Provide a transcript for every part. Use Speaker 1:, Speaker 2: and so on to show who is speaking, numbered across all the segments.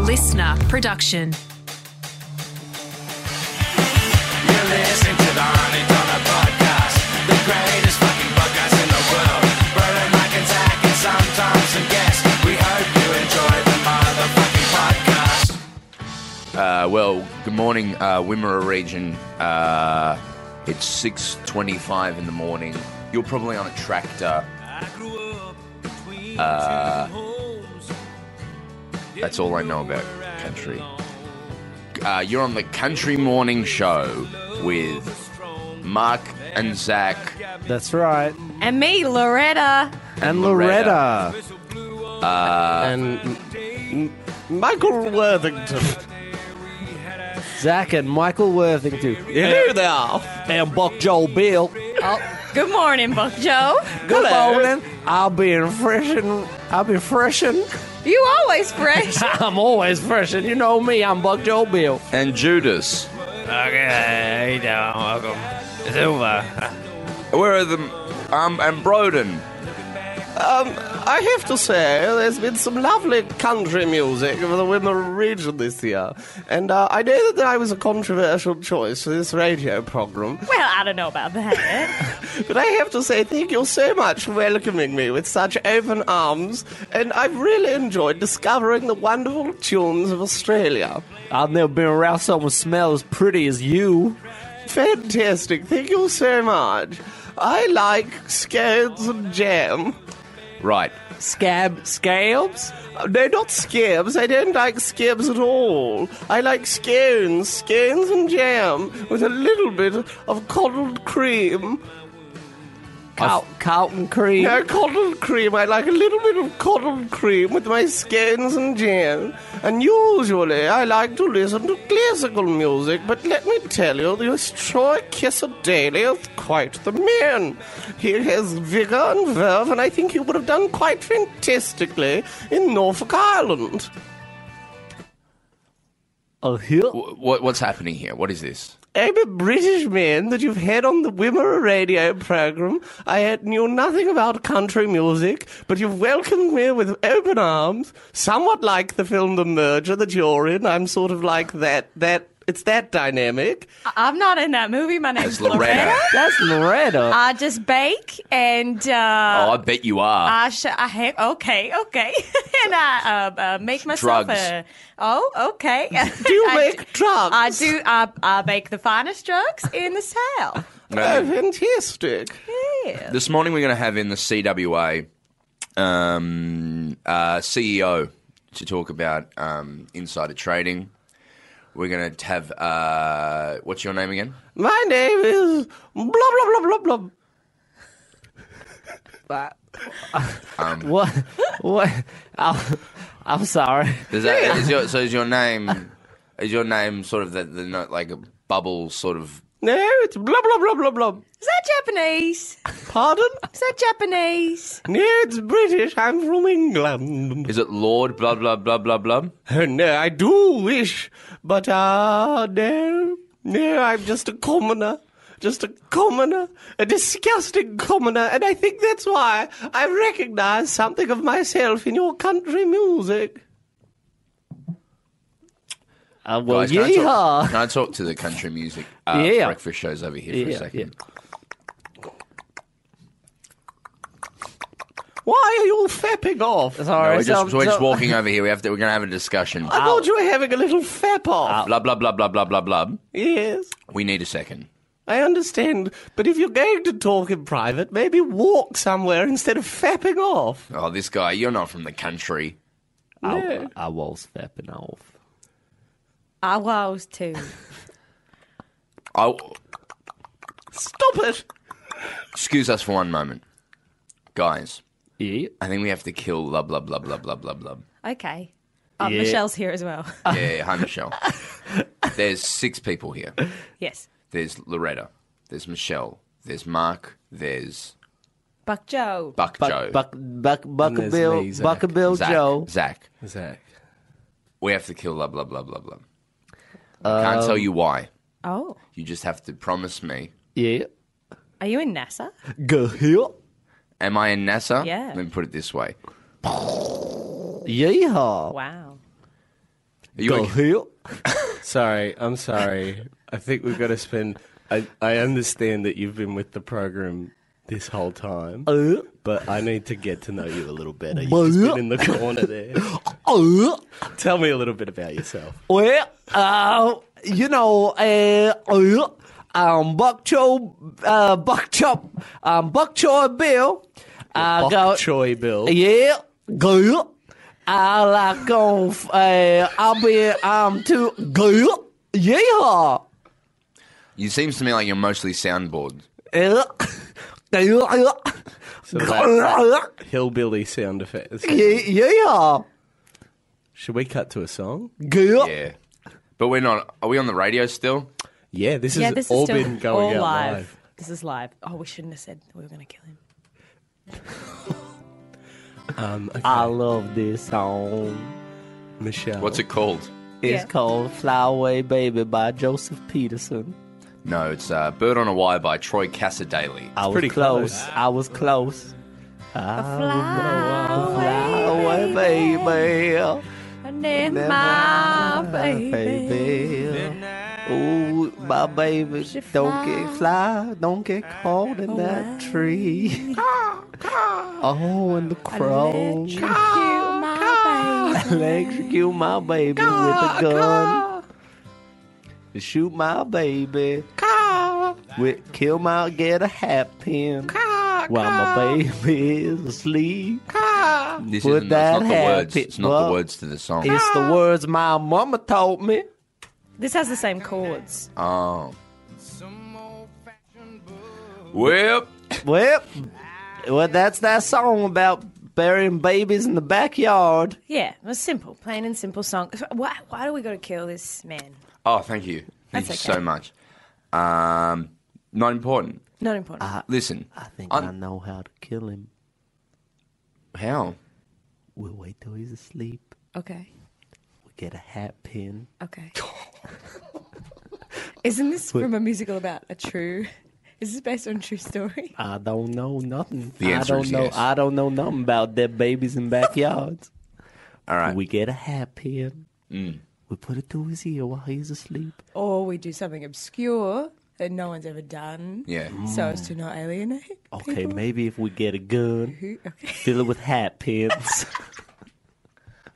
Speaker 1: listener production.
Speaker 2: You listen to the Honey Dollar Podcast, the greatest fucking podcast in the world. Brian McIntyre and Sam Thompson guest. We hope you enjoy the motherfucking podcast.
Speaker 3: Uh, well, good morning, uh, Wimmera region. Uh, it's six twenty-five in the morning. You're probably on a tractor. Uh, That's all I know about country. Uh, you're on the Country Morning Show with Mark and Zach.
Speaker 4: That's right.
Speaker 5: And me, Loretta.
Speaker 4: And
Speaker 3: Loretta.
Speaker 4: Loretta. Uh, and M- M- Michael Worthington. Zach and Michael Worthington. Hello there. And Buck Joel Bill.
Speaker 5: Oh, good morning, Buck Joe.
Speaker 4: Good morning. I'll be in freshen. I'll be freshen.
Speaker 5: You always fresh.
Speaker 4: I'm always freshen. You know me. I'm Buck Joel Bill.
Speaker 3: And Judas.
Speaker 6: Okay, down, welcome. It's over.
Speaker 3: Where are the. Um, and Broden.
Speaker 7: I have to say, there's been some lovely country music for the Wimmera region this year. And uh, I know that I was a controversial choice for this radio program,
Speaker 5: well, I don't know about that.
Speaker 7: but I have to say, thank you so much for welcoming me with such open arms. And I've really enjoyed discovering the wonderful tunes of Australia.
Speaker 4: I've never been around someone smell as pretty as you.
Speaker 7: Fantastic, thank you so much. I like scones and jam.
Speaker 3: Right.
Speaker 4: Scab scabs.
Speaker 7: Uh, No, not skibs. I don't like skibs at all. I like scones, scones and jam with a little bit of coddled cream.
Speaker 4: Cal- Carlton cream.
Speaker 7: No, coddled cream. I like a little bit of coddled cream with my scones and jam. And usually I like to listen to classical music, but let me tell you, this Troy Kisser Daly is quite the man. He has vigour and verve, and I think he would have done quite fantastically in Norfolk Island.
Speaker 4: Oh, here.
Speaker 3: What, what's happening here? What is this?
Speaker 7: I'm a British man that you've had on the Wimmera radio program. I had, knew nothing about country music, but you've welcomed me with open arms, somewhat like the film The Merger that you're in. I'm sort of like that, that, it's that dynamic.
Speaker 5: I- I'm not in that movie. My name's
Speaker 3: It's Loretta.
Speaker 4: That's Loretta.
Speaker 5: I just bake and uh,
Speaker 3: Oh, I bet you are.
Speaker 5: I, sh- I ha- okay, okay, and I uh, uh, make myself
Speaker 3: Drugs.
Speaker 5: a. Oh, okay.
Speaker 7: Do you
Speaker 5: I
Speaker 7: make drugs?
Speaker 5: I do. I, I bake the finest drugs in the south.
Speaker 7: Oh, fantastic.
Speaker 5: Yeah.
Speaker 3: This morning we're going to have in the CWA um, uh, CEO to talk about um, insider trading. We're going to have uh, what's your name again?
Speaker 7: My name is blah, blah, blah, blah, blah.
Speaker 3: Um,
Speaker 4: What? What? I'm, I'm sorry.
Speaker 3: Does that, is your, so is your name is your name sort of the, the not like a bubble sort of
Speaker 7: No, it's blah, blah, blah, blah, blah.
Speaker 5: Is that Japanese?
Speaker 7: Pardon?
Speaker 5: Is that Japanese?
Speaker 7: No, it's British. I'm from England.
Speaker 3: is it Lord blah blah blah blah blah?
Speaker 7: Uh, No, I do wish, but uh, no, no, I'm just a commoner. Just a commoner, a disgusting commoner, and I think that's why I recognize something of myself in your country music.
Speaker 4: Uh, well,
Speaker 3: Guys, can, I talk,
Speaker 4: yeehaw.
Speaker 3: can I talk to the country music uh,
Speaker 4: Yeah.
Speaker 3: breakfast shows over here for
Speaker 4: Yeah,
Speaker 3: a second?
Speaker 7: Why are you fapping off? I
Speaker 4: Sorry.
Speaker 3: We're just,
Speaker 4: so-
Speaker 3: we're just
Speaker 4: so- Ah,
Speaker 3: walking over here. We have to, we're going to have a discussion.
Speaker 7: thought you were having a little fap off.
Speaker 4: Uh,
Speaker 3: Blah blah blah blah blah blah blah.
Speaker 7: Yes,
Speaker 3: We need a second.
Speaker 7: I understand, but if you're going to talk in private, maybe walk somewhere instead of fapping off.
Speaker 3: Oh, this guy, you're not from the country.
Speaker 4: I, I was fapping off.
Speaker 5: I was too.
Speaker 3: I
Speaker 7: Stop it!
Speaker 3: excuse us for one moment, guys.
Speaker 4: Yeah.
Speaker 3: I think we have to kill blah blah blah blah blah blah blah.
Speaker 5: Okay. Uh,
Speaker 4: Yeah.
Speaker 5: Michelle's here as well.
Speaker 7: Uh,
Speaker 3: Yeah, hi Michelle. There's six people here.
Speaker 5: yes.
Speaker 3: There's Loretta. There's Michelle. There's Mark. There's
Speaker 5: Buck Joe.
Speaker 3: Buck, Joe.
Speaker 4: Buck, buck, buck,
Speaker 7: there's
Speaker 4: Buckabill,
Speaker 7: me, Zach.
Speaker 4: Buckabill
Speaker 3: Zach,
Speaker 4: Joe.
Speaker 3: Zach.
Speaker 7: Zach.
Speaker 3: We have to kill blah blah blah blah blah. I can't
Speaker 4: Um,
Speaker 3: tell you why.
Speaker 5: Oh,
Speaker 3: You just have to promise me.
Speaker 4: Yeah.
Speaker 5: are you in NASA?
Speaker 4: Go here.
Speaker 3: Am I in NASA?
Speaker 5: Yeah.
Speaker 3: Let me put it this way.
Speaker 4: Yeehaw.
Speaker 5: Wow.
Speaker 3: Are you
Speaker 7: Go
Speaker 3: okay?
Speaker 7: here. sorry, I'm sorry. I think we've got to spend. I, I understand that you've been with the program this whole time,
Speaker 4: Uh,
Speaker 7: but I need to get to know you a little better. You've just been in the corner there.
Speaker 4: uh,
Speaker 7: Tell me a little bit about yourself.
Speaker 4: well, uh, you know, uh, uh, um, bok choy, uh, bok chop, um, bok choy Bill. I
Speaker 7: Bok
Speaker 4: go-
Speaker 7: choy Bill.
Speaker 4: Yeah, good. I like going. Uh, I'll be. um, I'm too good. Yeah.
Speaker 3: You seems to me like you're mostly soundboard.
Speaker 4: Yeah.
Speaker 7: So that hillbilly sound effects.
Speaker 4: Yeah.
Speaker 7: Should we cut to a song?
Speaker 4: Good.
Speaker 3: Yeah, but we're not. Are we on the radio still?
Speaker 7: Yeah, this
Speaker 5: Yeah,
Speaker 7: has
Speaker 5: this
Speaker 7: all
Speaker 5: is still
Speaker 7: been going
Speaker 5: all
Speaker 7: out
Speaker 5: live.
Speaker 7: live.
Speaker 5: This is live. Oh, we shouldn't have said we were going to kill him.
Speaker 4: I love this song.
Speaker 7: Michelle,
Speaker 3: What's it called?
Speaker 4: It's
Speaker 5: Yeah.
Speaker 4: called Fly Away Baby by Joseph Peterson.
Speaker 3: No, it's uh, Bird on a Wire by Troy Cassadaly.
Speaker 4: I was
Speaker 7: pretty
Speaker 4: close.
Speaker 7: close.
Speaker 4: I was close.
Speaker 7: Oh, uh,
Speaker 5: Fly
Speaker 4: Fly away, baby.
Speaker 5: away, my baby.
Speaker 4: baby. Ooh, my baby, don't get fly, don't get caught in that tree. oh, and the crow.
Speaker 7: Oh,
Speaker 5: Electrocute my baby.
Speaker 4: Electrocute my baby with a gun. Shoot my baby. With kill my get a hat pin. While my baby is asleep.
Speaker 3: This
Speaker 4: Would
Speaker 3: isn't, that's not
Speaker 4: that
Speaker 3: the words.
Speaker 4: happen?
Speaker 3: It's not
Speaker 4: Well,
Speaker 3: the words to the song.
Speaker 4: It's the words my mama taught me.
Speaker 5: This has the same chords.
Speaker 3: Oh. Well,
Speaker 4: Well, well, that's that song about burying babies in the backyard.
Speaker 5: Yeah, it was simple, plain and simple song. Why, why do we got to kill this man?
Speaker 3: oh, thank you. Thank
Speaker 5: That's
Speaker 3: you
Speaker 5: okay.
Speaker 3: so much. Um, not important.
Speaker 5: Not important.
Speaker 7: Uh,
Speaker 3: Listen,
Speaker 4: I think
Speaker 3: I'm-
Speaker 4: I know how to kill him.
Speaker 3: how?
Speaker 4: We'll wait till he's asleep.
Speaker 5: okay,
Speaker 4: We get a hat pin.
Speaker 5: okay. Isn't this from a musical about a true? Is this based on a true story?
Speaker 4: I don't know nothing.
Speaker 3: The answer
Speaker 4: I don't
Speaker 3: is
Speaker 4: know.
Speaker 3: yes.
Speaker 4: I don't know nothing about dead babies in backyards.
Speaker 3: All right. Mm.
Speaker 4: We get a hat pin. We put it to his ear while he's asleep.
Speaker 5: Or we do something obscure that no one's ever done,
Speaker 3: yeah.
Speaker 5: so as to not alienate.
Speaker 4: Okay,
Speaker 5: people.
Speaker 4: maybe if we get a gun,
Speaker 5: Who- okay.
Speaker 4: fill it with hat pins.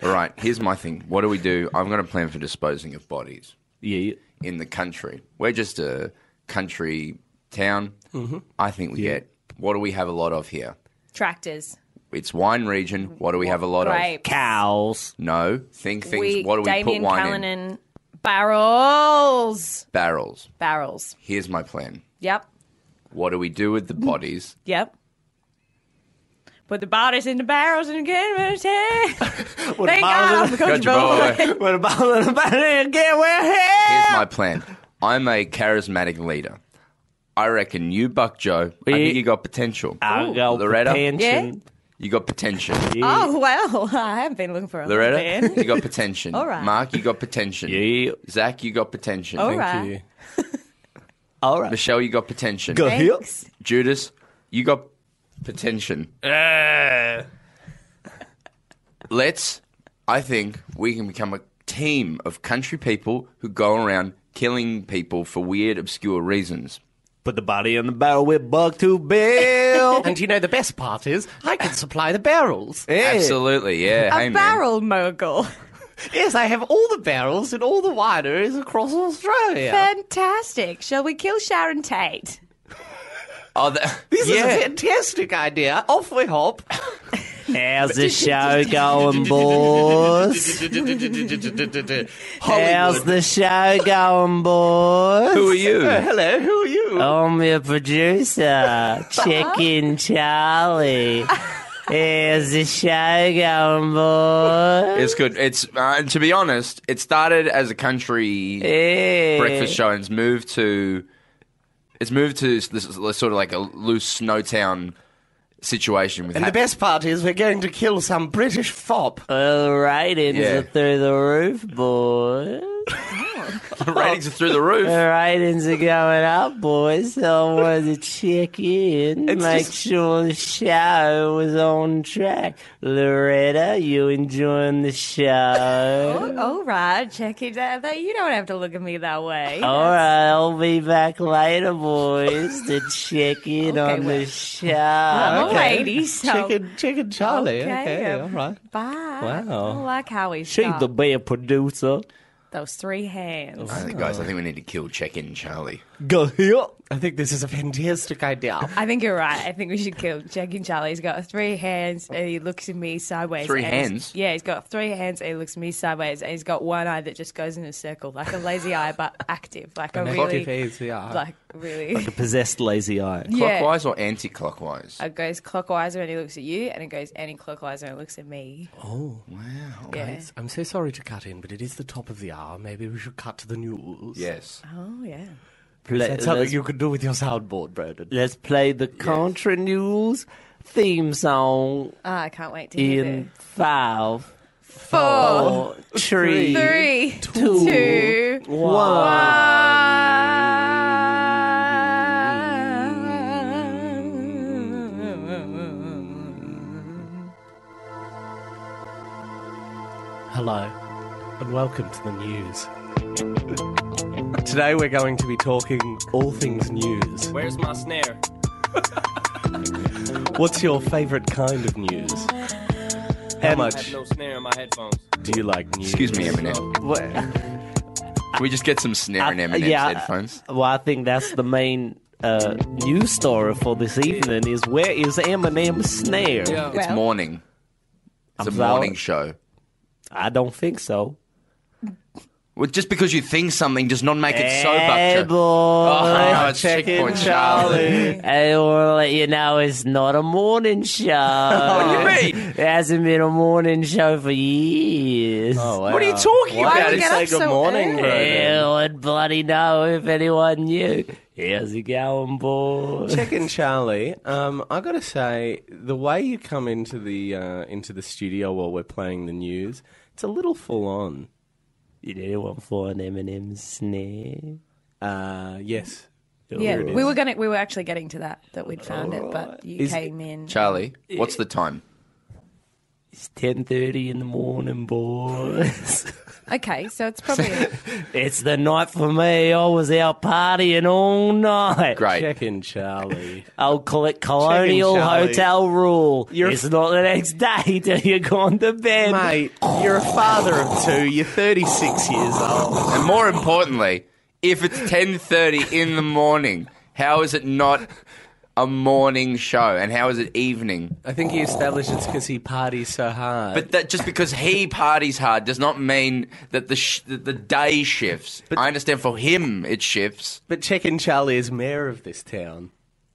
Speaker 3: All right. Here's my thing. What do we do? I'm going to plan for disposing of bodies
Speaker 4: yeah, yeah.
Speaker 3: in the country. We're just a country town.
Speaker 5: Mm-hmm.
Speaker 3: I think we get. What do we have a lot of here?
Speaker 5: Tractors,
Speaker 3: It's wine region. What do we have a lot of?
Speaker 5: grape,
Speaker 4: cows.
Speaker 3: No. Think things.
Speaker 5: we,
Speaker 3: what do we
Speaker 5: Damien
Speaker 3: put wine in?
Speaker 5: Callanan, barrels,
Speaker 3: Barrels.
Speaker 5: barrels.
Speaker 3: Here's my plan.
Speaker 5: Yep,
Speaker 3: What do we do with the bodies?
Speaker 5: yep. Put the bodies in the barrels and get them Thank God, I'm Coach
Speaker 3: Coach
Speaker 5: Boy.
Speaker 4: What about about it again? We're here.
Speaker 3: Here's my plan. I'm a charismatic leader. I reckon you, Buck Joe. I think you got potential.
Speaker 4: I got
Speaker 3: Loretta?
Speaker 4: potential.
Speaker 3: You got potential.
Speaker 5: Oh well, I haven't been looking for a
Speaker 3: Loretta,
Speaker 5: man.
Speaker 3: you got potential.
Speaker 5: All right.
Speaker 3: Mark, you got potential.
Speaker 4: Yeah.
Speaker 3: Zach, you got potential.
Speaker 5: All
Speaker 7: Thank
Speaker 5: right.
Speaker 7: you.
Speaker 4: All right.
Speaker 3: Michelle, you got potential.
Speaker 4: Go here.
Speaker 5: Thanks.
Speaker 3: Judas, you got potential.
Speaker 6: Uh,
Speaker 3: Let's, I think, we can become a team of country people who go around killing people for weird, obscure reasons.
Speaker 4: Put the body in the barrel with bug to bill.
Speaker 7: And you know the best part is I can supply the barrels.
Speaker 4: Yeah.
Speaker 3: Absolutely, yeah.
Speaker 5: A
Speaker 3: hey, man.
Speaker 5: barrel mogul.
Speaker 7: Yes, I have all the barrels in all the wineries across Australia.
Speaker 5: Fantastic. Shall we kill Sharon Tate?
Speaker 3: Oh, that,
Speaker 7: This is a fantastic idea. Off we hop.
Speaker 4: How's the show going, boys? How's
Speaker 7: Hollywood.
Speaker 4: the show going, boys?
Speaker 3: who are you?
Speaker 7: Uh, Hello, who are you?
Speaker 4: I'm your producer, Chicken Charlie. How's the show going, boys?
Speaker 3: It's good. It's uh, and to be honest, it started as a country
Speaker 4: Hey.
Speaker 3: breakfast show and it's moved to it's moved to this, this sort of like a loose snowtown situation with
Speaker 7: And the
Speaker 3: hap-
Speaker 7: best part is we're going to kill some British fop.
Speaker 4: All right,
Speaker 3: Yeah.
Speaker 4: through the roof, boys.
Speaker 3: The ratings are through the roof.
Speaker 4: The ratings are going up, boys. So I wanted to check in, make sure the show was on track. Loretta, you enjoying the show?
Speaker 5: Oh, all right, check it out. That- You don't have to look at me that way.
Speaker 4: All right, I'll be back later, boys, to check in
Speaker 5: Okay,
Speaker 4: on
Speaker 5: well.
Speaker 4: the show.
Speaker 5: I'm a lady, so
Speaker 7: Chicken, chicken Charlie.
Speaker 5: Okay,
Speaker 7: Okay,
Speaker 5: yeah.
Speaker 7: all right.
Speaker 5: bye.
Speaker 7: Wow.
Speaker 5: I like how he
Speaker 4: She's
Speaker 5: shot
Speaker 4: the beer producer.
Speaker 5: those three hands.
Speaker 3: I think, guys, I think we need to kill check-in Charlie.
Speaker 7: Go here. I think this is a fantastic idea.
Speaker 5: I think you're right. I think we should kill Jack and Charlie. He's got three hands and he looks at me sideways.
Speaker 3: Three
Speaker 5: and he's-
Speaker 3: hands?
Speaker 5: Yeah, he's got three hands and he looks at me sideways and he's got one eye that just goes in a circle, like a lazy eye, but active. Like a really. Like, really.
Speaker 4: A possessed lazy eye.
Speaker 5: yeah.
Speaker 3: Clockwise or anti-clockwise?
Speaker 5: It goes clockwise when he looks at you, and it goes anti-clockwise when it looks at me.
Speaker 7: Oh,
Speaker 3: wow.
Speaker 5: Yeah.
Speaker 7: I'm so sorry to cut in, but it is the top of the hour. Maybe we should cut to the news.
Speaker 3: Yes.
Speaker 5: Oh yeah.
Speaker 4: Pla-
Speaker 7: That's something
Speaker 4: let's-
Speaker 7: you could do with your soundboard, Broden.
Speaker 4: Let's play the Contra News theme song
Speaker 5: Ah, I can't wait to hear
Speaker 4: in five,
Speaker 5: this. Four,
Speaker 4: four, three,
Speaker 5: Oh. three,
Speaker 4: two,
Speaker 5: two,
Speaker 4: one.
Speaker 7: Hello, and welcome to the news. Today we're going to be talking all things news.
Speaker 6: Where's my snare?
Speaker 7: What's your favourite kind of news? How much
Speaker 6: snare in my headphones.
Speaker 7: do you like news?
Speaker 3: Excuse me, Eminem. Can we just get some snare in
Speaker 4: I-
Speaker 3: Eminem's
Speaker 4: yeah.
Speaker 3: headphones?
Speaker 4: Well, I think that's the main uh, news story for this evening is where is Eminem Snare?
Speaker 3: It's
Speaker 5: Well.
Speaker 3: morning. It's
Speaker 4: I'm
Speaker 3: a
Speaker 4: sorry.
Speaker 3: morning show.
Speaker 4: I don't think so.
Speaker 3: Well, just because you think something does not make it so,
Speaker 4: hey,
Speaker 3: Buckter.
Speaker 4: boy.
Speaker 3: Oh, it's check
Speaker 4: Chicken
Speaker 3: point, Charlie.
Speaker 4: I want to let you know it's not a morning show.
Speaker 3: What do you mean?
Speaker 4: It hasn't been a morning show for years.
Speaker 7: Oh,
Speaker 3: What are you talking
Speaker 5: Why
Speaker 3: about?
Speaker 5: we
Speaker 3: It's
Speaker 5: get up
Speaker 3: like a
Speaker 5: so
Speaker 3: morning,
Speaker 5: early?
Speaker 3: bro.
Speaker 4: Hell, would bloody know if anyone knew. How's it going, boy?
Speaker 7: Chicken Charlie, um, I gotta say, the way you come into the uh, into the studio while we're playing the news, it's a little full on.
Speaker 4: Did anyone for an Eminem snare?
Speaker 7: Uh, yes.
Speaker 5: Yeah, we were gonna, we were actually getting to that that we'd found it, but you
Speaker 7: Is-
Speaker 5: came in.
Speaker 3: Charlie, what's the time?
Speaker 4: It's ten thirty in the morning, boys.
Speaker 5: Okay, so it's probably
Speaker 4: it's the night for me. I was out partying all night.
Speaker 3: Great.
Speaker 7: Chicken Charlie.
Speaker 4: I'll call it colonial
Speaker 7: Chicken Charlie.
Speaker 4: hotel rule.
Speaker 7: You're-
Speaker 4: It's not the next day till you're gone to bed.
Speaker 7: Mate, you're a father of two. You're 36 years old.
Speaker 3: And more importantly, if it's 10:30 in the morning, how is it not a morning show and how is it evening?
Speaker 7: I think he established it's because he parties so hard.
Speaker 3: But that just because he parties hard does not mean that the sh- that the day shifts. I understand for him it shifts.
Speaker 7: but Chicken Charlie is mayor of this town.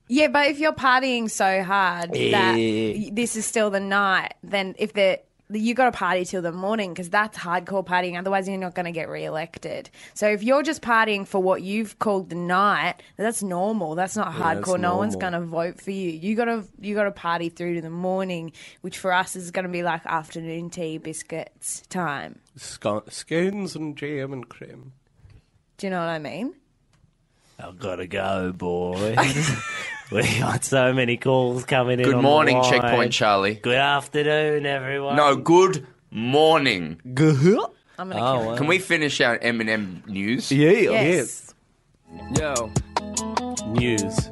Speaker 5: yeah. But if you're partying so hard that
Speaker 4: Yeah.
Speaker 5: this is still the night, then if the you got to party till the morning because that's hardcore partying. Otherwise, you're not going to get re-elected. So if you're just partying for what you've called the night, that's normal. That's not hardcore.
Speaker 7: that's
Speaker 5: no one's
Speaker 7: normal.
Speaker 5: going to vote for you. You got to you got to party through to the morning, which for us is going to be like afternoon tea, biscuits time.
Speaker 7: Sco- scones and jam and cream.
Speaker 5: Do you know what I mean?
Speaker 4: I've got to go, boys. we got so many calls coming in.
Speaker 3: Good
Speaker 4: on the
Speaker 3: morning,
Speaker 4: line.
Speaker 3: checkpoint Charlie.
Speaker 4: Good afternoon, everyone.
Speaker 3: No, good morning.
Speaker 5: I'm going to kill
Speaker 3: Can we finish our Eminem news?
Speaker 7: Oh, Yeah,
Speaker 5: Yes.
Speaker 6: Yo.
Speaker 7: News.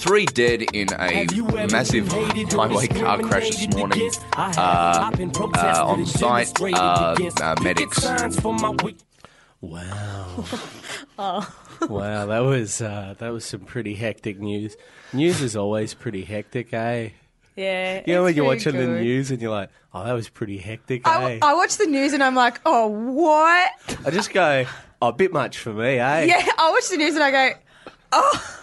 Speaker 3: Three dead in a massive highway car crash this morning. Uh, uh, on site, uh, uh, medics.
Speaker 7: Wow.
Speaker 5: Oh.
Speaker 7: Wow, that was uh, that was some pretty hectic news. News is always pretty hectic, eh?
Speaker 5: Yeah.
Speaker 7: You know when
Speaker 5: it's
Speaker 7: you're
Speaker 5: pretty
Speaker 7: watching the
Speaker 5: good.
Speaker 7: news and you're like, oh, that was pretty hectic,
Speaker 5: I,
Speaker 7: eh?
Speaker 5: I watch the news and I'm like, oh, what?
Speaker 7: I just go, oh, a bit much for me, eh?
Speaker 5: Yeah, I watch the news and I go, oh,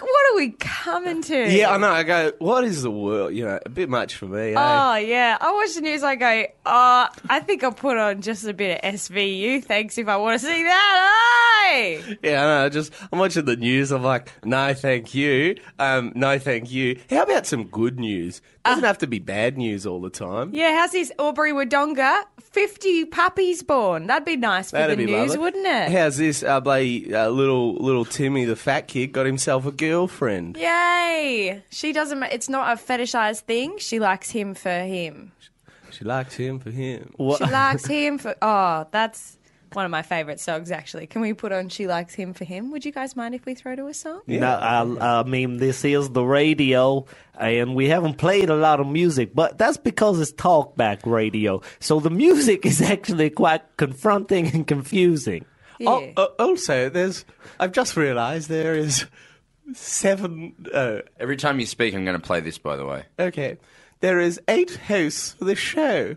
Speaker 5: what are we coming to?
Speaker 7: Yeah, I know. I go, what is the world? You know, a bit much for me, eh?
Speaker 5: Oh, yeah. I watch the news, I go, oh, I think I'll put on just a bit of SVU, thanks, if I want to see that. eh?
Speaker 7: Yeah, I know. I just, I'm watching the news. I'm like, no, thank you. Um, no, thank you. How
Speaker 5: Uh.
Speaker 7: about some good news? Doesn't have to be bad news all the time.
Speaker 5: Yeah, how's this Aubrey Wodonga? 50 puppies born. That'd be nice for
Speaker 7: That'd
Speaker 5: the
Speaker 7: be
Speaker 5: news,
Speaker 7: lovely.
Speaker 5: wouldn't it?
Speaker 7: How's this? Uh, bloody, uh, little little Timmy, the fat kid, got himself a girlfriend.
Speaker 5: Yay! She doesn't. ma- It's not a fetishized thing. She likes him for him.
Speaker 7: She liked him for him.
Speaker 5: She likes him for. Oh, that's one of my favourite songs. Actually, can we put on "She Likes Him for Him"? Would you guys mind if we throw to a song?
Speaker 4: No, I, I mean this is the radio, and we haven't played a lot of music, but that's because it's talkback radio. So the music is actually quite confronting and confusing.
Speaker 5: Yeah.
Speaker 7: Oh, uh, also, there's. I've just realised there is seven. Uh,
Speaker 3: Every time you speak, I'm going to play this. By the way,
Speaker 7: okay, there is eight hosts for this show.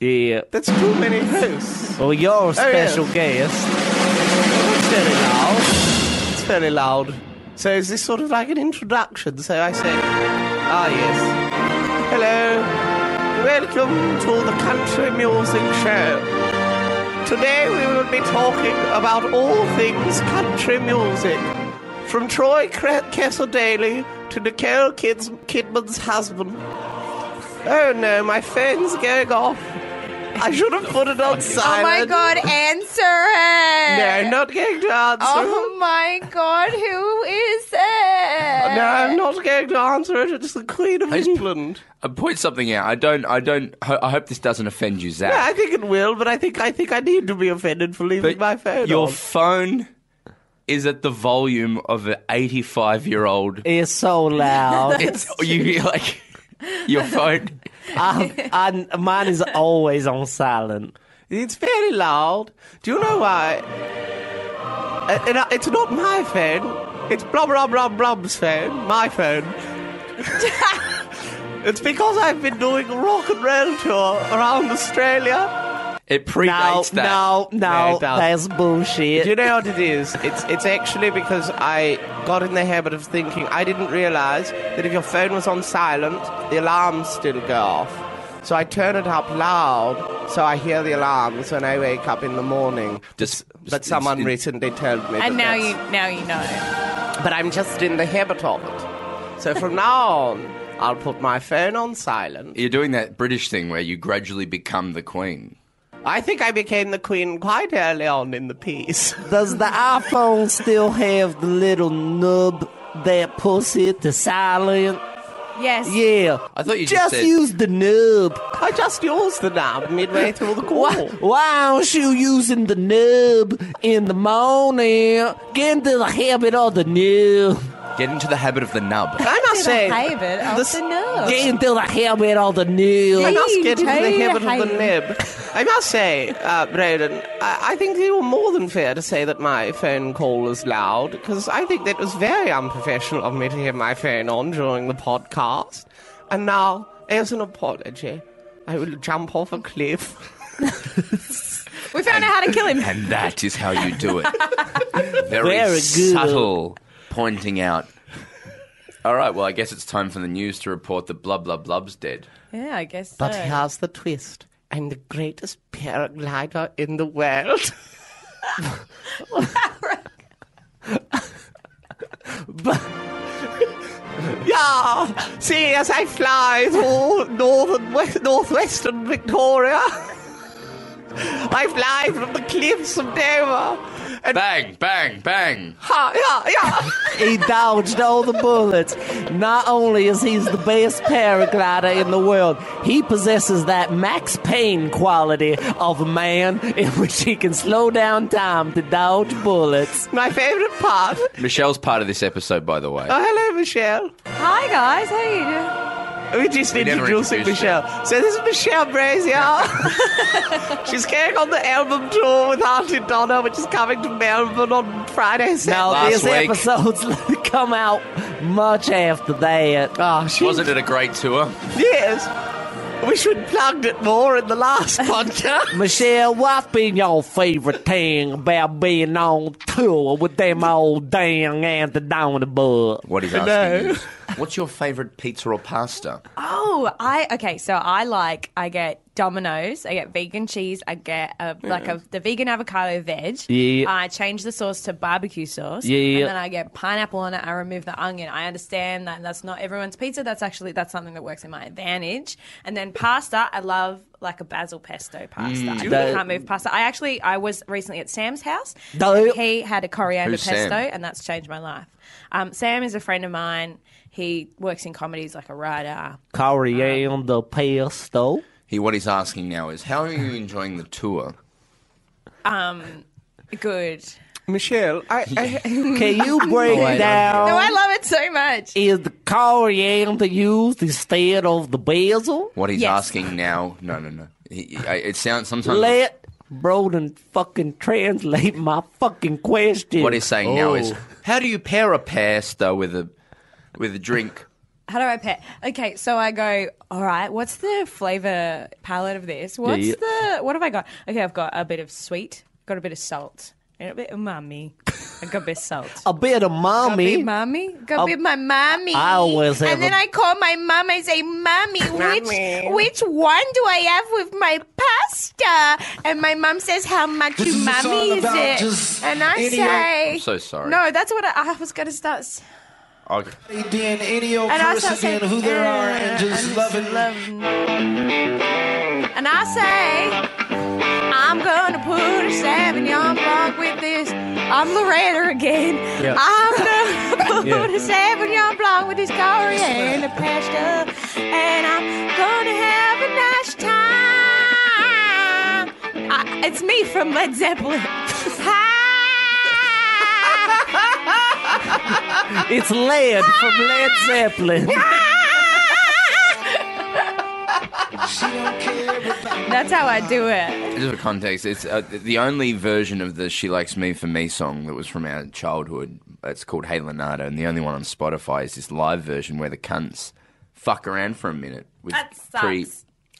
Speaker 4: Yeah.
Speaker 7: That's too many hosts.
Speaker 4: Well, you're a
Speaker 7: Oh, yeah.
Speaker 4: special guest.
Speaker 7: That's very loud. It's very loud. So is this sort of like an introduction? So I say, ah yes, hello, welcome to the Country Music Show. Today we will be talking about all things country music, from Troy Kessel Daly to Nicole Kids- Kidman's husband. Oh no, my phone's going off. I should have put it on
Speaker 5: Oh
Speaker 7: silent.
Speaker 5: my God! Answer it!
Speaker 7: No, not going to answer.
Speaker 5: Oh my God! Who is it?
Speaker 7: No, I'm not going to answer it. It's the Queen of
Speaker 3: Who's-
Speaker 7: England.
Speaker 3: I point something out. I don't. I don't. ho- I hope this doesn't offend you, Zach.
Speaker 7: Yeah, I think it will, but I think I think I need to be offended for
Speaker 3: But
Speaker 7: leaving my phone
Speaker 3: Your
Speaker 7: on.
Speaker 3: phone is at the volume of an 85 year old.
Speaker 4: It's so loud.
Speaker 3: It's you you're like your phone.
Speaker 4: I, I, Um, mine is always on silent.
Speaker 7: It's very loud. Do you know why? Uh, and I- it's not my phone. It's blub blub blub blub's phone. My phone. it's because I've been doing a rock and roll tour around Australia.
Speaker 3: It
Speaker 4: No,
Speaker 3: predates that.
Speaker 4: no,
Speaker 7: No,
Speaker 4: no,
Speaker 7: it doesn't.
Speaker 4: that's bullshit.
Speaker 7: Do you know what it is? It's it's actually because I got in the habit of thinking I didn't realise that if your phone was on silent, the alarms still go off. So I turn it up loud so I hear the alarms when I wake up in the morning.
Speaker 3: Just-
Speaker 7: but someone
Speaker 3: it's-
Speaker 7: recently told me. that
Speaker 5: And now
Speaker 7: that's-
Speaker 5: you now you know.
Speaker 7: But I'm just in the habit of it. So from now on, I'll put my phone on silent.
Speaker 3: You're doing that British thing where you gradually become the queen.
Speaker 7: I think I became the queen quite early on in the piece.
Speaker 4: Does the iPhone still have the little nub that puts it to silent?
Speaker 5: Yes.
Speaker 4: Yeah.
Speaker 3: I thought you just
Speaker 4: just
Speaker 3: said-
Speaker 4: use the nub.
Speaker 7: I just used the knob midway through the call.
Speaker 4: Why, why aren't you using the nub in the morning? Get into the habit of the nub.
Speaker 3: Get into the habit of the nub.
Speaker 7: I must say,
Speaker 5: Save it. I
Speaker 7: This-
Speaker 5: don't know.
Speaker 4: Get into the habit of the
Speaker 7: I
Speaker 4: nub.
Speaker 7: must get into the
Speaker 5: Hey,
Speaker 7: habit of the
Speaker 5: hey.
Speaker 7: nib. I must say, uh, Broden, I, I think you were more than fair to say that my phone call was loud, because I think that was very unprofessional of me to have my phone on during the podcast. And now, as an apology, I will jump off a cliff.
Speaker 5: We found out how to kill him.
Speaker 3: And that is how you do it. Very,
Speaker 4: Very good.
Speaker 3: subtle pointing out. All right, well, I guess it's time for the news to report that Blub Blub Blub's dead.
Speaker 5: Yeah, I guess.
Speaker 7: But
Speaker 5: so.
Speaker 7: here's the twist. I'm the greatest paraglider in the world. yeah, see as I fly through northern west, northwestern Victoria, I fly from the cliffs of Dover. And
Speaker 3: Bang, bang, bang.
Speaker 7: ha, yeah, yeah.
Speaker 4: He dodged all the bullets. Not only is he the best paraglider in the world, he possesses that Max Payne quality of a man in which he can slow down time to dodge bullets.
Speaker 7: My favorite part.
Speaker 3: Michelle's part of this episode, by the way.
Speaker 7: Oh, hello, Michelle.
Speaker 5: Hi guys, how you doing?
Speaker 7: We just
Speaker 3: never
Speaker 7: introducing
Speaker 3: introduced
Speaker 7: Michelle. So this is Michelle Brazier. She's going on the album tour with Auntie Donna, which is coming to Melbourne on Friday.
Speaker 4: Now
Speaker 3: Last
Speaker 4: this
Speaker 3: week.
Speaker 4: episode's come out much after that.
Speaker 7: oh, she
Speaker 3: Wasn't it a great tour?
Speaker 7: Yes. We should plugged it more in the last podcast.
Speaker 4: Michelle, what's been your favorite thing about being on tour with them old dang and the Donna bug?
Speaker 3: What he's asking is, what's your favourite pizza or pasta?
Speaker 5: Oh, I okay. So I like I get Domino's. I get vegan cheese. I get a, like a the vegan avocado veg.
Speaker 4: Yeah.
Speaker 5: I change the sauce to barbecue sauce.
Speaker 4: Yeah.
Speaker 5: And then I get pineapple on it. I remove the onion. I understand that that's not everyone's pizza. That's actually that's something that works in my advantage. And then pasta. I love like a basil pesto pasta. I really
Speaker 4: Mm, That-
Speaker 5: can't move pasta. I actually I was recently at Sam's house.
Speaker 4: Dope.
Speaker 5: He had a coriander
Speaker 3: Who's
Speaker 5: pesto,
Speaker 3: Sam?
Speaker 5: and that's changed my life. Um, Sam is a friend of mine. He works in comedies like a writer.
Speaker 4: Coriander pesto.
Speaker 3: He, what he's asking now is, how are you enjoying the tour?
Speaker 5: Good.
Speaker 7: Michelle, I, I,
Speaker 4: Can you break
Speaker 3: Oh, wait, I'm
Speaker 5: No, I
Speaker 4: down?
Speaker 5: love it so much.
Speaker 4: Is the coriander used instead of the basil?
Speaker 3: What he's
Speaker 5: Yes.
Speaker 3: asking now? No, no, no. He, I, it sounds sometimes.
Speaker 4: Let Broden fucking translate my fucking question.
Speaker 3: what he's saying now is,
Speaker 4: Oh.
Speaker 3: how do you pair a pasta with a with a drink?
Speaker 5: How do I pair? Okay, so I go. All right, what's the flavor palette of this? What's
Speaker 4: Yeah,
Speaker 5: the what have I got? Okay, I've got a bit of sweet, got a bit of salt, and a bit of mommy. I got a bit of salt.
Speaker 4: A bit of
Speaker 5: Got a bit
Speaker 4: mommy.
Speaker 5: of mommy. Got a bit of my mommy.
Speaker 4: I always have
Speaker 5: and then
Speaker 4: a-
Speaker 5: I call my mum. I say, "Mommy, which which one do I have with my pasta?" And my mum says, "How much
Speaker 2: This is a
Speaker 5: mommy
Speaker 2: song
Speaker 5: is
Speaker 2: about
Speaker 5: it?"
Speaker 2: just
Speaker 5: And I
Speaker 2: idiot-
Speaker 5: say,
Speaker 3: I'm so sorry.
Speaker 5: No, that's what I, I was gonna start. s-
Speaker 3: Okay.
Speaker 2: Then any old
Speaker 5: And I
Speaker 2: person
Speaker 5: start saying,
Speaker 2: again, who there are, and
Speaker 5: "Uh,
Speaker 2: just loving.
Speaker 5: loving. And I say, I'm gonna put a Sauvignon Blanc with this. I'm Loretta again.
Speaker 4: Yeah.
Speaker 5: I'm gonna put a
Speaker 4: Yeah.
Speaker 5: Sauvignon Blanc with this coriander pasta, and I'm gonna have a nice time. I, it's me from Led Zeppelin.
Speaker 4: It's Led from Led Zeppelin.
Speaker 5: That's how I do it.
Speaker 3: Just for context, it's uh, the only version of the "She Likes Me for Me" song that was from our childhood. It's called "Hey Leonardo," and the only one on Spotify is this live version where the cunts fuck around for a minute with
Speaker 5: That sucks.
Speaker 3: pre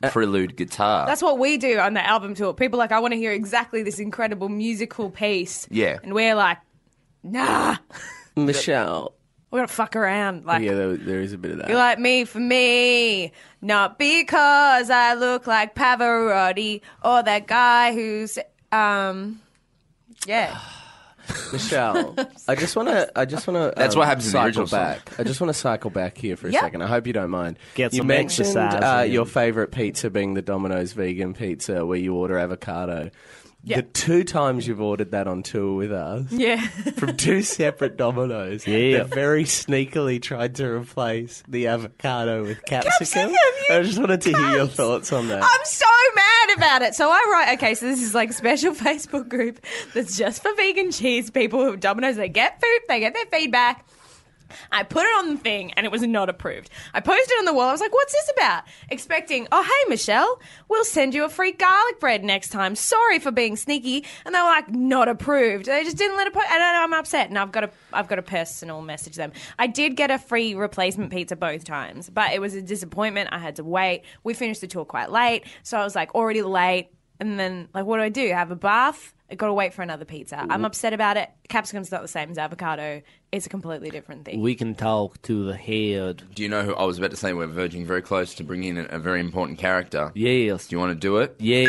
Speaker 4: Uh,
Speaker 3: prelude guitar.
Speaker 5: That's what we do on the album tour. People are like, I want to hear exactly this incredible musical piece.
Speaker 3: Yeah.
Speaker 5: And we're like, nah,
Speaker 7: Michelle.
Speaker 5: we're going to fuck around. Like,
Speaker 7: Yeah, there, there is a bit of that.
Speaker 5: you like me for me, not because I look like Pavarotti or that guy who's, um, yeah.
Speaker 7: Michelle, I just want to. I just want to.
Speaker 3: That's what happens in the
Speaker 7: cycle
Speaker 3: original song.
Speaker 7: back. I just want to cycle back here for a
Speaker 5: Yeah.
Speaker 7: second. I hope you don't mind.
Speaker 4: Get
Speaker 7: you
Speaker 4: some
Speaker 7: mentioned
Speaker 4: exercise
Speaker 7: uh,
Speaker 4: in.
Speaker 7: your favorite pizza being the Domino's vegan pizza, where you order avocado.
Speaker 5: Yeah.
Speaker 7: The two times you've ordered that on tour with us
Speaker 5: Yeah.
Speaker 7: from two separate Domino's,
Speaker 4: Yeah.
Speaker 7: that very sneakily tried to replace the avocado with capsicum.
Speaker 5: Capsicum,
Speaker 7: I
Speaker 5: you
Speaker 7: just wanted to hear your
Speaker 5: cunts.
Speaker 7: thoughts on that.
Speaker 5: I'm so mad about it. So I write, okay, so this is like a special Facebook group that's just for vegan cheese people who have Domino's. They get food, they get their feedback. I put it on the thing and it was not approved. I posted it on the wall. I was like, what's this about? Expecting, oh, hey, Michelle, we'll send you a free garlic bread next time. Sorry for being sneaky. And they were like, not approved. They just didn't let it put, and I- I'm upset. And I've got to, I've got to personal message them. I did get a free replacement pizza both times, but it was a disappointment. I had to wait. We finished the tour quite late. So I was like, already late. And then, like, what do I do? Have a bath? I gotta wait for another pizza. I'm upset about it. Capsicum's not the same as avocado. It's a completely different thing.
Speaker 4: We can talk to the head.
Speaker 3: Do you know who I was about to say? We're verging very close to bringing in a, a very important character.
Speaker 4: Yes.
Speaker 3: Do you want to do it?
Speaker 4: Yes.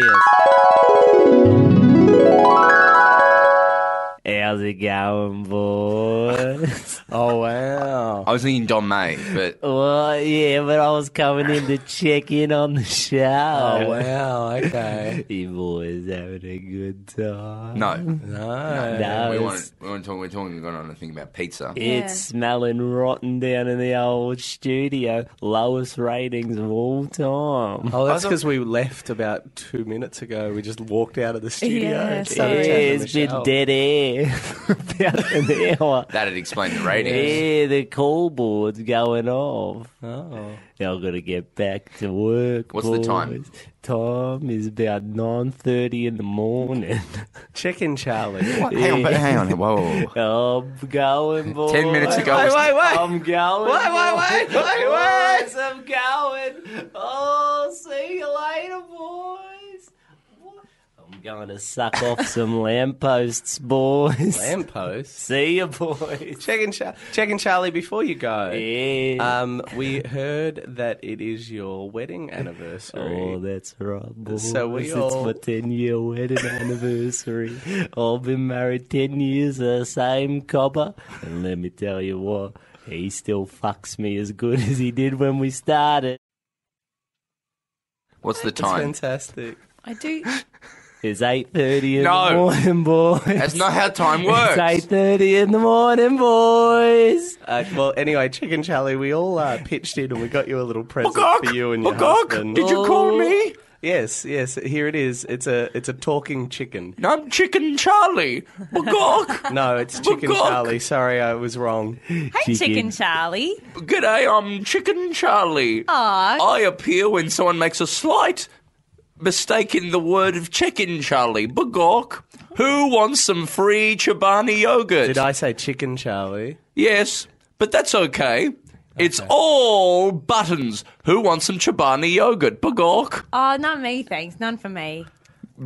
Speaker 4: How's it going, boys?
Speaker 7: oh wow!
Speaker 3: I was thinking Don May, but
Speaker 4: Oh, well, yeah, but I was coming in to check in on the show.
Speaker 7: Oh wow! Okay.
Speaker 4: You boys having a good time?
Speaker 3: no.
Speaker 7: No.
Speaker 4: No,
Speaker 3: We
Speaker 4: it's-
Speaker 3: want we want to talk. We're talking going on a thing about pizza.
Speaker 5: Yeah.
Speaker 4: It's smelling rotten down in the old studio. Lowest ratings of all time.
Speaker 7: Oh, that's because we left about two minutes ago. We just walked out of the studio.
Speaker 5: Yeah,
Speaker 7: to
Speaker 5: sorry.
Speaker 7: have a chat
Speaker 4: yeah,
Speaker 7: to
Speaker 4: it's been
Speaker 7: Michelle.
Speaker 4: dead air for about an hour.
Speaker 3: That'd explain the ratings.
Speaker 4: Yeah, the call board's going off.
Speaker 7: Oh.
Speaker 4: Now I'm gonna get back to work.
Speaker 3: What's the time?
Speaker 4: boys. Time is about nine thirty in the morning.
Speaker 7: Check in, Charlie.
Speaker 3: What? Hang on, but hang on. Whoa.
Speaker 4: I'm going, boy.
Speaker 3: Ten minutes ago.
Speaker 7: Wait, wait, wait.
Speaker 4: I'm going.
Speaker 7: Wait, wait, wait, wait, wait.
Speaker 4: Boys, I'm going. Oh, see you later, boys. I'm Going to suck off some lampposts, boys.
Speaker 7: Lamppost.
Speaker 4: See you, boys.
Speaker 7: Check in, Char- check in, Charlie, before you go.
Speaker 4: Yeah.
Speaker 7: Um, we heard that it is your wedding anniversary.
Speaker 4: Oh, that's right, boys.
Speaker 7: So we
Speaker 4: it's
Speaker 7: all-
Speaker 4: my 10 year wedding anniversary. I've been married 10 years, the same copper. And let me tell you what, he still fucks me as good as he did when we started.
Speaker 3: What's the
Speaker 7: It's
Speaker 3: time?
Speaker 7: fantastic.
Speaker 5: I do.
Speaker 4: It's 8.30 in the
Speaker 3: No.
Speaker 4: morning, boys.
Speaker 3: That's not how time works.
Speaker 4: It's 8.30 in the morning, boys.
Speaker 7: Uh, well, anyway, Chicken Charlie, we all uh, pitched in and we got you a little present for you and your husband.
Speaker 3: Did you call me?
Speaker 7: Yes, yes. Here it is. It's a it's a talking chicken.
Speaker 3: No, I'm Chicken Charlie. Bagok.
Speaker 7: No, it's Chicken
Speaker 3: Bagok.
Speaker 7: Charlie. Sorry, I was wrong.
Speaker 5: Oh, Hey, Chicken Charlie.
Speaker 3: G'day, I'm Chicken Charlie.
Speaker 5: Aw.
Speaker 3: I appear when someone makes a slight mistake in the word of chicken, Charlie. Bagok. Who wants some free Chobani yogurt?
Speaker 7: Did I say Chicken Charlie?
Speaker 3: Yes, but that's okay. It's all buttons. Who wants some Chobani yogurt? Bagok.
Speaker 5: Oh, not me, thanks. None for me.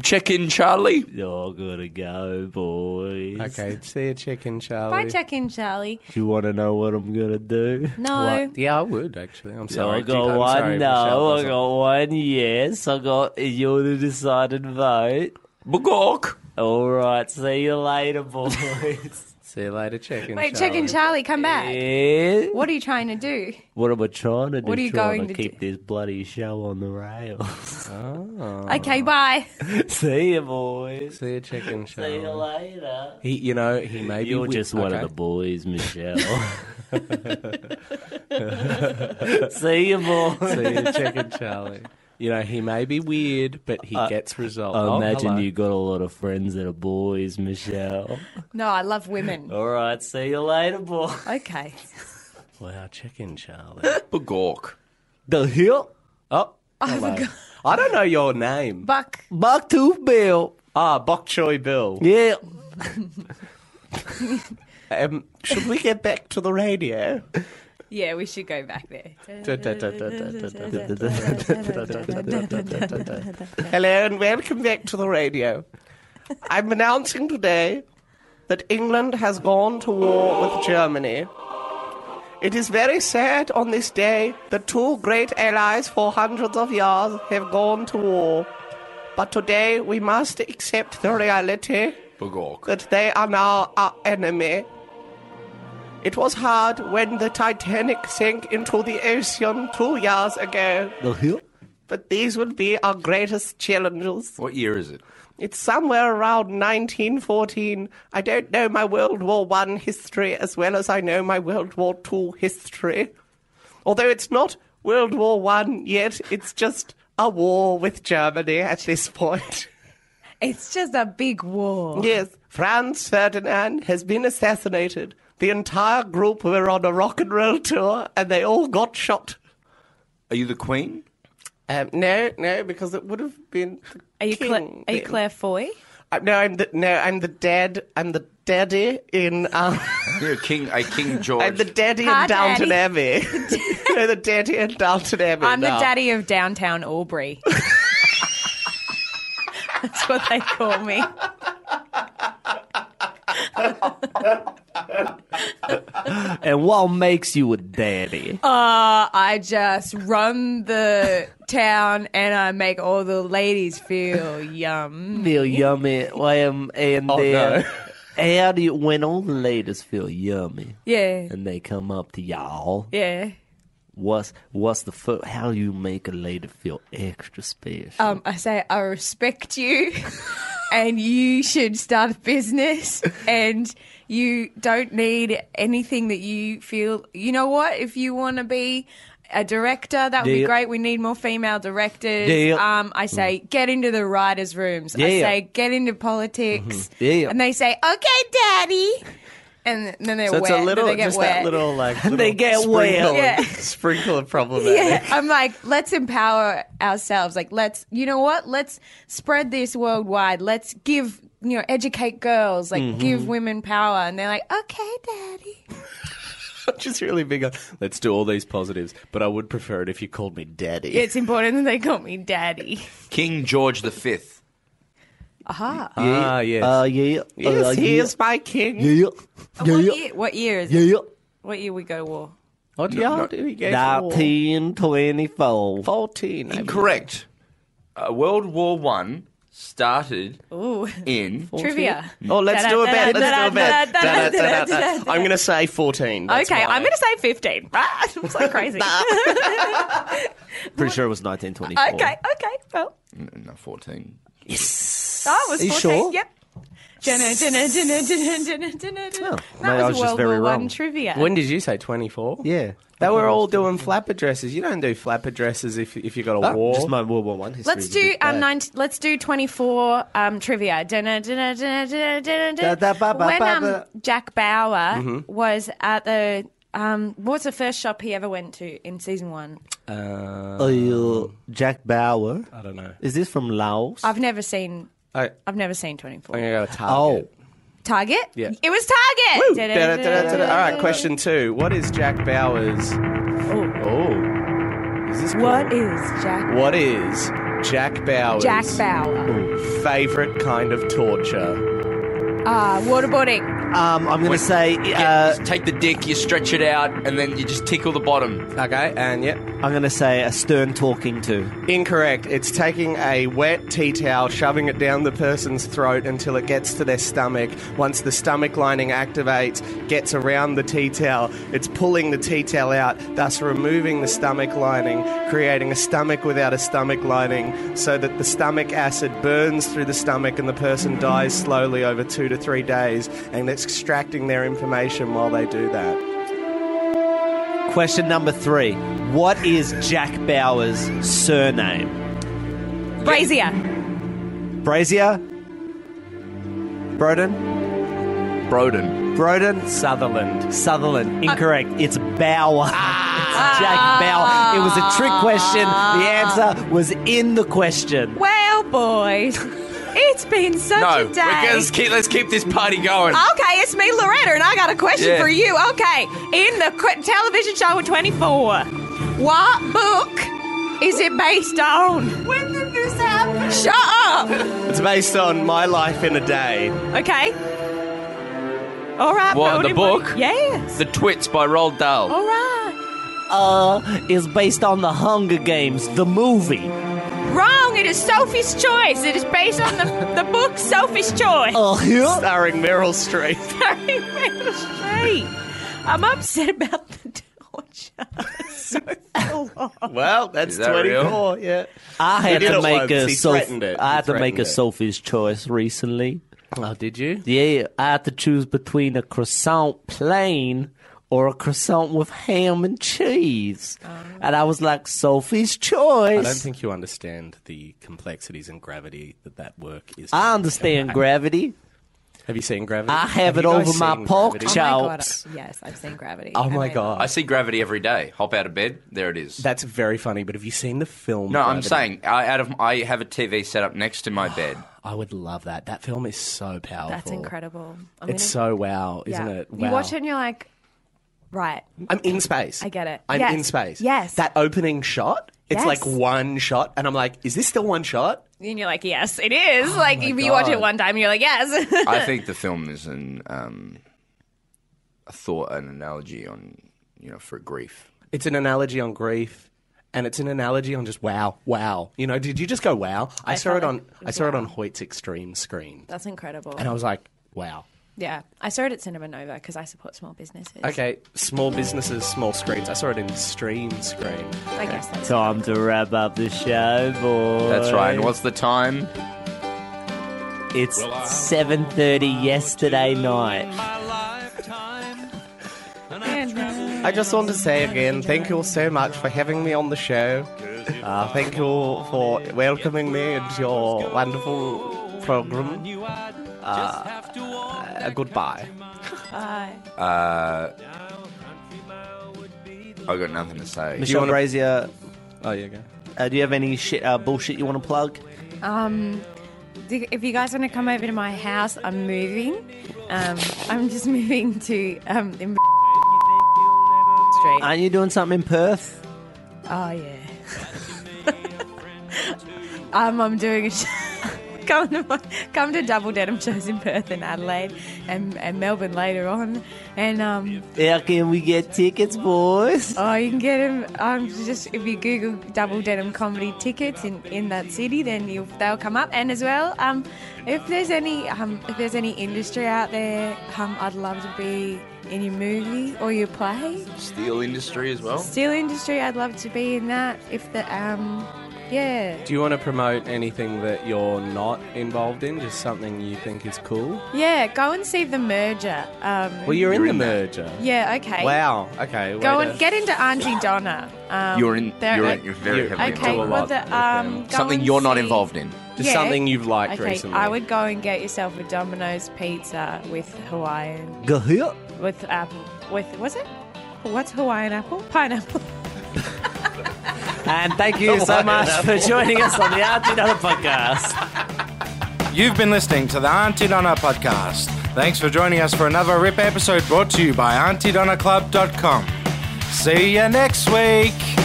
Speaker 3: Check in, Charlie.
Speaker 4: Y'all gotta go, boys.
Speaker 7: Okay, see you, Chicken Charlie.
Speaker 5: Bye, check in, Charlie.
Speaker 4: Do you wanna know what I'm gonna do?
Speaker 5: No.
Speaker 7: What? Yeah, I would actually. I'm sorry.
Speaker 4: I got
Speaker 7: I'm
Speaker 4: one
Speaker 7: sorry, Michelle,
Speaker 4: no, I
Speaker 7: that's all.
Speaker 4: got one yes, I got you're the decided vote.
Speaker 3: Bagok.
Speaker 4: Alright, see you later, boys.
Speaker 7: See you later, Chicken.
Speaker 5: Wait, check in, Charlie. Come back.
Speaker 4: yeah.
Speaker 5: What are you trying to do?
Speaker 4: Eh? What am I trying to do?
Speaker 5: What are you
Speaker 4: trying
Speaker 5: going
Speaker 4: to
Speaker 5: to
Speaker 4: keep this bloody show on the rails.
Speaker 5: Okay, bye.
Speaker 4: see you, boys.
Speaker 7: See you, Chicken
Speaker 4: See you
Speaker 7: Charlie.
Speaker 4: later.
Speaker 7: He, you know, he may be.
Speaker 4: You're
Speaker 7: with-
Speaker 4: just one
Speaker 7: okay.
Speaker 4: of the boys, Michelle. see you, boys.
Speaker 7: See you, Chicken Charlie. You know, he may be weird, but he gets results.
Speaker 4: I
Speaker 7: Oh,
Speaker 4: Uh, imagine
Speaker 7: hello.
Speaker 4: you got a lot of friends that are boys, Michelle.
Speaker 5: No, I love women.
Speaker 4: All right, see you later, boy.
Speaker 5: Okay.
Speaker 7: Wow, Chicken Charlie.
Speaker 3: Bagok.
Speaker 4: The hill,
Speaker 7: Oh, hello. I don't know your name.
Speaker 5: Buck.
Speaker 4: buck tooth bill.
Speaker 7: Ah, Bok Choy Bill.
Speaker 4: Yeah.
Speaker 7: Um, should we get back to the radio?
Speaker 5: Yeah, we should go back there.
Speaker 7: Hello and welcome back to the radio. I'm announcing today that England has gone to war with Germany. It is very sad on this day that two great allies for hundreds of years have gone to war. But today we must accept the reality
Speaker 3: Bagok.
Speaker 7: that they are now our enemy. It was hard when the Titanic sank into the ocean two years ago,
Speaker 4: The hill.
Speaker 7: but these will be our greatest challenges.
Speaker 3: What year is it?
Speaker 7: It's somewhere around 1914. I don't know my World War One history as well as I know my World War Two history. Although it's not World War One yet, it's just a war with Germany at this point.
Speaker 5: It's just a big war.
Speaker 7: Yes, Franz Ferdinand has been assassinated. The entire group were on a rock and roll tour and they all got shot.
Speaker 3: Are you the Queen?
Speaker 7: Um, no, no, because it would have been. The
Speaker 5: Are you
Speaker 7: king
Speaker 5: Cla- are you
Speaker 7: then.
Speaker 5: Claire Foy?
Speaker 7: Uh, no, I'm the no, I'm the dad. I'm the daddy in. Um,
Speaker 3: You're King, a King George.
Speaker 7: I'm the daddy
Speaker 5: Hi,
Speaker 7: in Downton Abbey. no, the daddy in Downton Abbey.
Speaker 5: I'm the
Speaker 7: now.
Speaker 5: daddy of downtown Albury. That's what they call me.
Speaker 4: And what makes you a daddy?
Speaker 5: Uh, I just run the town and I make all the ladies feel yum.
Speaker 4: feel yummy. I am, and
Speaker 7: Oh,
Speaker 4: then how do you when all the ladies feel yummy
Speaker 5: Yeah.
Speaker 4: and they come up to y'all?
Speaker 5: Yeah.
Speaker 4: What's what's the fir- how you make a lady feel extra special?
Speaker 5: Um, I say I respect you, and you should start a business, and you don't need anything that you feel. You know what? If you want to be a director, that would be
Speaker 4: Yeah.
Speaker 5: great. We need more female directors.
Speaker 4: Yeah.
Speaker 5: Um, I say
Speaker 7: Mm.
Speaker 5: get into the writers' rooms. I
Speaker 4: Yeah.
Speaker 5: say get into politics.
Speaker 7: Mm-hmm.
Speaker 4: Yeah.
Speaker 5: And they say, "Okay, daddy," and then they're
Speaker 7: So
Speaker 5: wet.
Speaker 7: it's a little,
Speaker 5: they get
Speaker 7: just
Speaker 5: wet.
Speaker 7: that little like. Little
Speaker 4: They get
Speaker 7: sprinkle
Speaker 4: wet.
Speaker 7: of-
Speaker 5: Yeah.
Speaker 7: Sprinkle of problematic.
Speaker 5: Yeah, I'm like, let's empower ourselves. Like, let's, you know what? Let's spread this worldwide. Let's give, you know, educate girls. Like,
Speaker 4: Mm-hmm.
Speaker 5: give women power. And they're like, okay, daddy.
Speaker 7: Just really big on. Let's do all these positives, but I would prefer it if you called me daddy.
Speaker 5: It's important that they call me daddy.
Speaker 3: King George the Fifth.
Speaker 5: Aha.
Speaker 4: Yeah.
Speaker 8: Ah, yes.
Speaker 4: Uh, yeah.
Speaker 7: Yes,
Speaker 4: uh,
Speaker 7: he
Speaker 4: yeah.
Speaker 7: is my king.
Speaker 4: Yeah. Yeah.
Speaker 5: What
Speaker 4: Yeah.
Speaker 5: year? What year is? it?
Speaker 4: yeah.
Speaker 5: What year we go to war?
Speaker 7: What do y'all do? He gave the war.
Speaker 4: 1924.
Speaker 7: 14. I believe.
Speaker 3: Correct. Uh, World War One started
Speaker 5: Ooh,
Speaker 3: in.
Speaker 5: trivia.
Speaker 7: Oh, let's do a bet. Let's do a bet.
Speaker 5: Da-da-da-da-da-da-da-da-da-da.
Speaker 7: I'm going to say 14. That's
Speaker 5: okay,
Speaker 7: my-
Speaker 5: I'm gonna say fifteen. I'm so crazy.
Speaker 4: Pretty sure it was 1924.
Speaker 5: okay, okay. Well,
Speaker 3: No, fourteen.
Speaker 5: that was
Speaker 4: Are you
Speaker 5: fourteen.
Speaker 4: sure?
Speaker 5: Yep. Dunna, dunna, dunna, dunna, dunna, dunna, dunna.
Speaker 4: maybe
Speaker 5: That
Speaker 4: I was
Speaker 5: was
Speaker 4: just
Speaker 5: World
Speaker 4: very
Speaker 5: War One
Speaker 4: wrong.
Speaker 5: trivia.
Speaker 7: When did you say 24?
Speaker 4: Yeah.
Speaker 7: They were all doing flapper dresses. You don't do flapper dresses if if you got a war.
Speaker 4: Just my World War One history.
Speaker 5: Let's
Speaker 4: is a bit
Speaker 5: do um,
Speaker 4: bad.
Speaker 5: nine, Let's do twenty four um, trivia. Dunna, dunna, dunna, dunna, dunna, dunna.
Speaker 4: Da, da, ba, ba,
Speaker 5: When
Speaker 4: ba,
Speaker 5: um,
Speaker 4: ba.
Speaker 5: Jack Bauer was at the um, what was the first shop he ever went to in season one?
Speaker 4: Uh, Jack Bauer.
Speaker 7: I don't know.
Speaker 4: Is this from Laos?
Speaker 5: I've never seen.
Speaker 7: I,
Speaker 5: I've never seen twenty four.
Speaker 7: I'm going to go to
Speaker 4: oh.
Speaker 7: Target.
Speaker 5: Target.
Speaker 7: Yeah.
Speaker 5: It was Target.
Speaker 7: Woo! Da-da-da-da-da. All right, question two. What is Jack Bauer's? Oh, is this
Speaker 5: What
Speaker 7: cool?
Speaker 5: is Jack?
Speaker 7: What is Jack Bauer's
Speaker 5: Jack Bauer.
Speaker 7: favorite kind of torture?
Speaker 5: Ah, waterboarding.
Speaker 4: Um, I'm going to say.
Speaker 3: Yeah,
Speaker 4: Uh,
Speaker 3: just take the dick, you stretch it out, and then you just tickle the bottom.
Speaker 7: Okay, and yep,
Speaker 4: I'm going to say a stern talking to.
Speaker 7: incorrect. It's taking a wet tea towel, shoving it down the person's throat until it gets to their stomach. Once the stomach lining activates, gets around the tea towel, it's pulling the tea towel out, thus removing the stomach lining, creating a stomach without a stomach lining, so that the stomach acid burns through the stomach and the person dies slowly over two to three days, and it's extracting their information while they do that.
Speaker 4: Question number three. What is Jack Bauer's surname?
Speaker 5: Brazier.
Speaker 4: Brazier? Broden?
Speaker 3: Broden.
Speaker 4: Broden?
Speaker 7: Sutherland. Uh,
Speaker 4: Sutherland. Incorrect. it's Bauer. it's Jack
Speaker 7: Ah.
Speaker 4: Bauer. It was a trick question. The answer was in the question.
Speaker 5: Well, boys, it's been such
Speaker 3: No,
Speaker 5: a
Speaker 3: we're
Speaker 5: day.
Speaker 3: gonna- let's keep let's keep this party going.
Speaker 5: Okay, it's me, Loretta, and I got a question
Speaker 3: Yeah.
Speaker 5: for you. Okay, in the qu- television show in 24, what book is it based on? When did this happen? Shut up!
Speaker 7: It's based on my life in a day.
Speaker 5: Okay. All right.
Speaker 3: What,
Speaker 5: Brody,
Speaker 3: the book?
Speaker 5: Yes.
Speaker 3: The Twits by Roald Dahl.
Speaker 5: All right.
Speaker 4: Uh, is based on The Hunger Games, the movie.
Speaker 5: Wrong. It is Sophie's Choice. It is based on the, the book Sophie's Choice.
Speaker 3: Oh.
Speaker 4: Uh, here?
Speaker 7: Starring Meryl Streep.
Speaker 5: Sorry, Meryl Streep. I'm upset about the torture. so long.
Speaker 7: Well, Oh, that's
Speaker 3: Is that
Speaker 7: 24, yeah.
Speaker 4: I had
Speaker 7: He did
Speaker 4: to
Speaker 7: it
Speaker 4: make
Speaker 7: once.
Speaker 4: a
Speaker 7: He
Speaker 4: Soph-
Speaker 7: threatened it.
Speaker 4: I
Speaker 7: He
Speaker 4: had to make
Speaker 7: threatened
Speaker 4: a
Speaker 7: it.
Speaker 4: Sophie's choice recently.
Speaker 7: Oh, did you?
Speaker 4: Yeah, I had to choose between a croissant plain or a croissant with ham and cheese. And I was like, Sophie's choice.
Speaker 7: I don't think you understand the complexities and gravity that that work is.
Speaker 4: I understand gravity.
Speaker 7: Have you seen Gravity?
Speaker 4: I have it
Speaker 7: you guys
Speaker 4: over my
Speaker 7: seen
Speaker 4: pork
Speaker 7: Gravity?
Speaker 4: chop.
Speaker 5: Oh my god.
Speaker 4: Chops.
Speaker 5: Yes, I've seen Gravity.
Speaker 7: Oh my
Speaker 3: I
Speaker 7: god.
Speaker 3: see gravity every day. Hop out of bed. There it is.
Speaker 7: That's very funny, but have you seen the film?
Speaker 3: no, I'm
Speaker 7: Gravity?
Speaker 3: saying I out of I have a TV set up next to my bed.
Speaker 7: I would love that. That film is so powerful.
Speaker 5: That's incredible. I'm
Speaker 7: It's
Speaker 5: gonna-
Speaker 7: so wow, isn't
Speaker 5: yeah.
Speaker 7: it? Wow.
Speaker 5: You watch it and you're like, right.
Speaker 7: I'm in space.
Speaker 5: I get it.
Speaker 7: I'm
Speaker 5: Yes.
Speaker 7: in space.
Speaker 5: Yes.
Speaker 7: That opening shot, it's
Speaker 5: Yes.
Speaker 7: like one shot, and I'm like, is this still one shot?
Speaker 5: And you're like, yes, it is. like, if you watch
Speaker 7: Oh God.
Speaker 5: it one time, you're like, yes.
Speaker 3: I think the film is an um, a thought, an analogy on you know for grief.
Speaker 7: It's an analogy on grief, and it's an analogy on just wow, wow. You know, did you just go wow? I, saw
Speaker 5: felt
Speaker 7: it on
Speaker 5: like it
Speaker 7: I
Speaker 5: was
Speaker 7: saw it
Speaker 5: wow.
Speaker 7: on Hoyt's Extreme screen,
Speaker 5: That's incredible.
Speaker 7: and I was like, wow.
Speaker 5: yeah. I saw it at Cinema Nova because I support small businesses.
Speaker 7: Okay, small businesses, small screens. I saw it in Stream screen.
Speaker 5: I guess that's
Speaker 4: Time to wrap up the show, boy.
Speaker 3: That's right. And what's the time?
Speaker 4: It's
Speaker 7: uh,
Speaker 4: 7.30 yesterday night.
Speaker 7: I just want to say again, thank you all so much for having me on the show. Uh, thank you all for welcoming me into your wonderful program. Uh, uh, goodbye.
Speaker 5: Bye.
Speaker 3: I got nothing to say.
Speaker 4: Michelle
Speaker 7: wanna-
Speaker 4: Brazier,
Speaker 7: Oh, yeah, go.
Speaker 4: uh, do you have any shit, uh, bullshit you want to plug?
Speaker 5: Um, do- if you guys want to come over to my house, I'm moving. Um, I'm just moving to um, in Street.
Speaker 4: Aren't you doing something in Perth?
Speaker 5: Ah, oh yeah. um, I'm doing a show. come to my, come to double denim shows in Perth and Adelaide and, and Melbourne later on. And um,
Speaker 4: How can we get tickets, boys?
Speaker 5: oh, you can get them. Um, just if you Google double denim comedy tickets in, in that city, then you'll, they'll come up. And as well, um, if there's any um, if there's any industry out there, um, I'd love to be in your movie or your play.
Speaker 3: Steel industry as well.
Speaker 5: Steel industry, I'd love to be in that. If the um, yeah.
Speaker 6: Do you want to promote anything that you're not involved in? Just something you think is cool?
Speaker 5: Yeah, go and see the merger. Um,
Speaker 6: Well, you're, in, the merger.
Speaker 5: yeah, okay.
Speaker 6: Wow. Okay.
Speaker 5: Go
Speaker 6: way
Speaker 5: and
Speaker 6: to-
Speaker 5: get into Auntie Donna. Um,
Speaker 3: You're in.
Speaker 5: there-
Speaker 3: You're, in, you're very
Speaker 6: You're-
Speaker 3: heavily
Speaker 5: Okay,
Speaker 6: Do a
Speaker 3: involved.
Speaker 5: well,
Speaker 6: lot
Speaker 5: the,
Speaker 6: with
Speaker 5: um,
Speaker 6: them.
Speaker 5: go
Speaker 3: Something
Speaker 5: and
Speaker 3: you're not
Speaker 5: see-
Speaker 3: involved in.
Speaker 6: Just
Speaker 5: Yeah.
Speaker 6: something you've liked
Speaker 5: Okay,
Speaker 6: recently.
Speaker 5: I would go and get yourself a Domino's pizza with Hawaiian,
Speaker 4: Go here.
Speaker 5: with apple, with was it? What's Hawaiian apple? Pineapple.
Speaker 4: And thank you so much for joining us on the Auntie Donna podcast.
Speaker 9: You've been listening to the Auntie Donna podcast. Thanks for joining us for another RIP episode brought to you by AuntieDonnaClub.com. See you next week.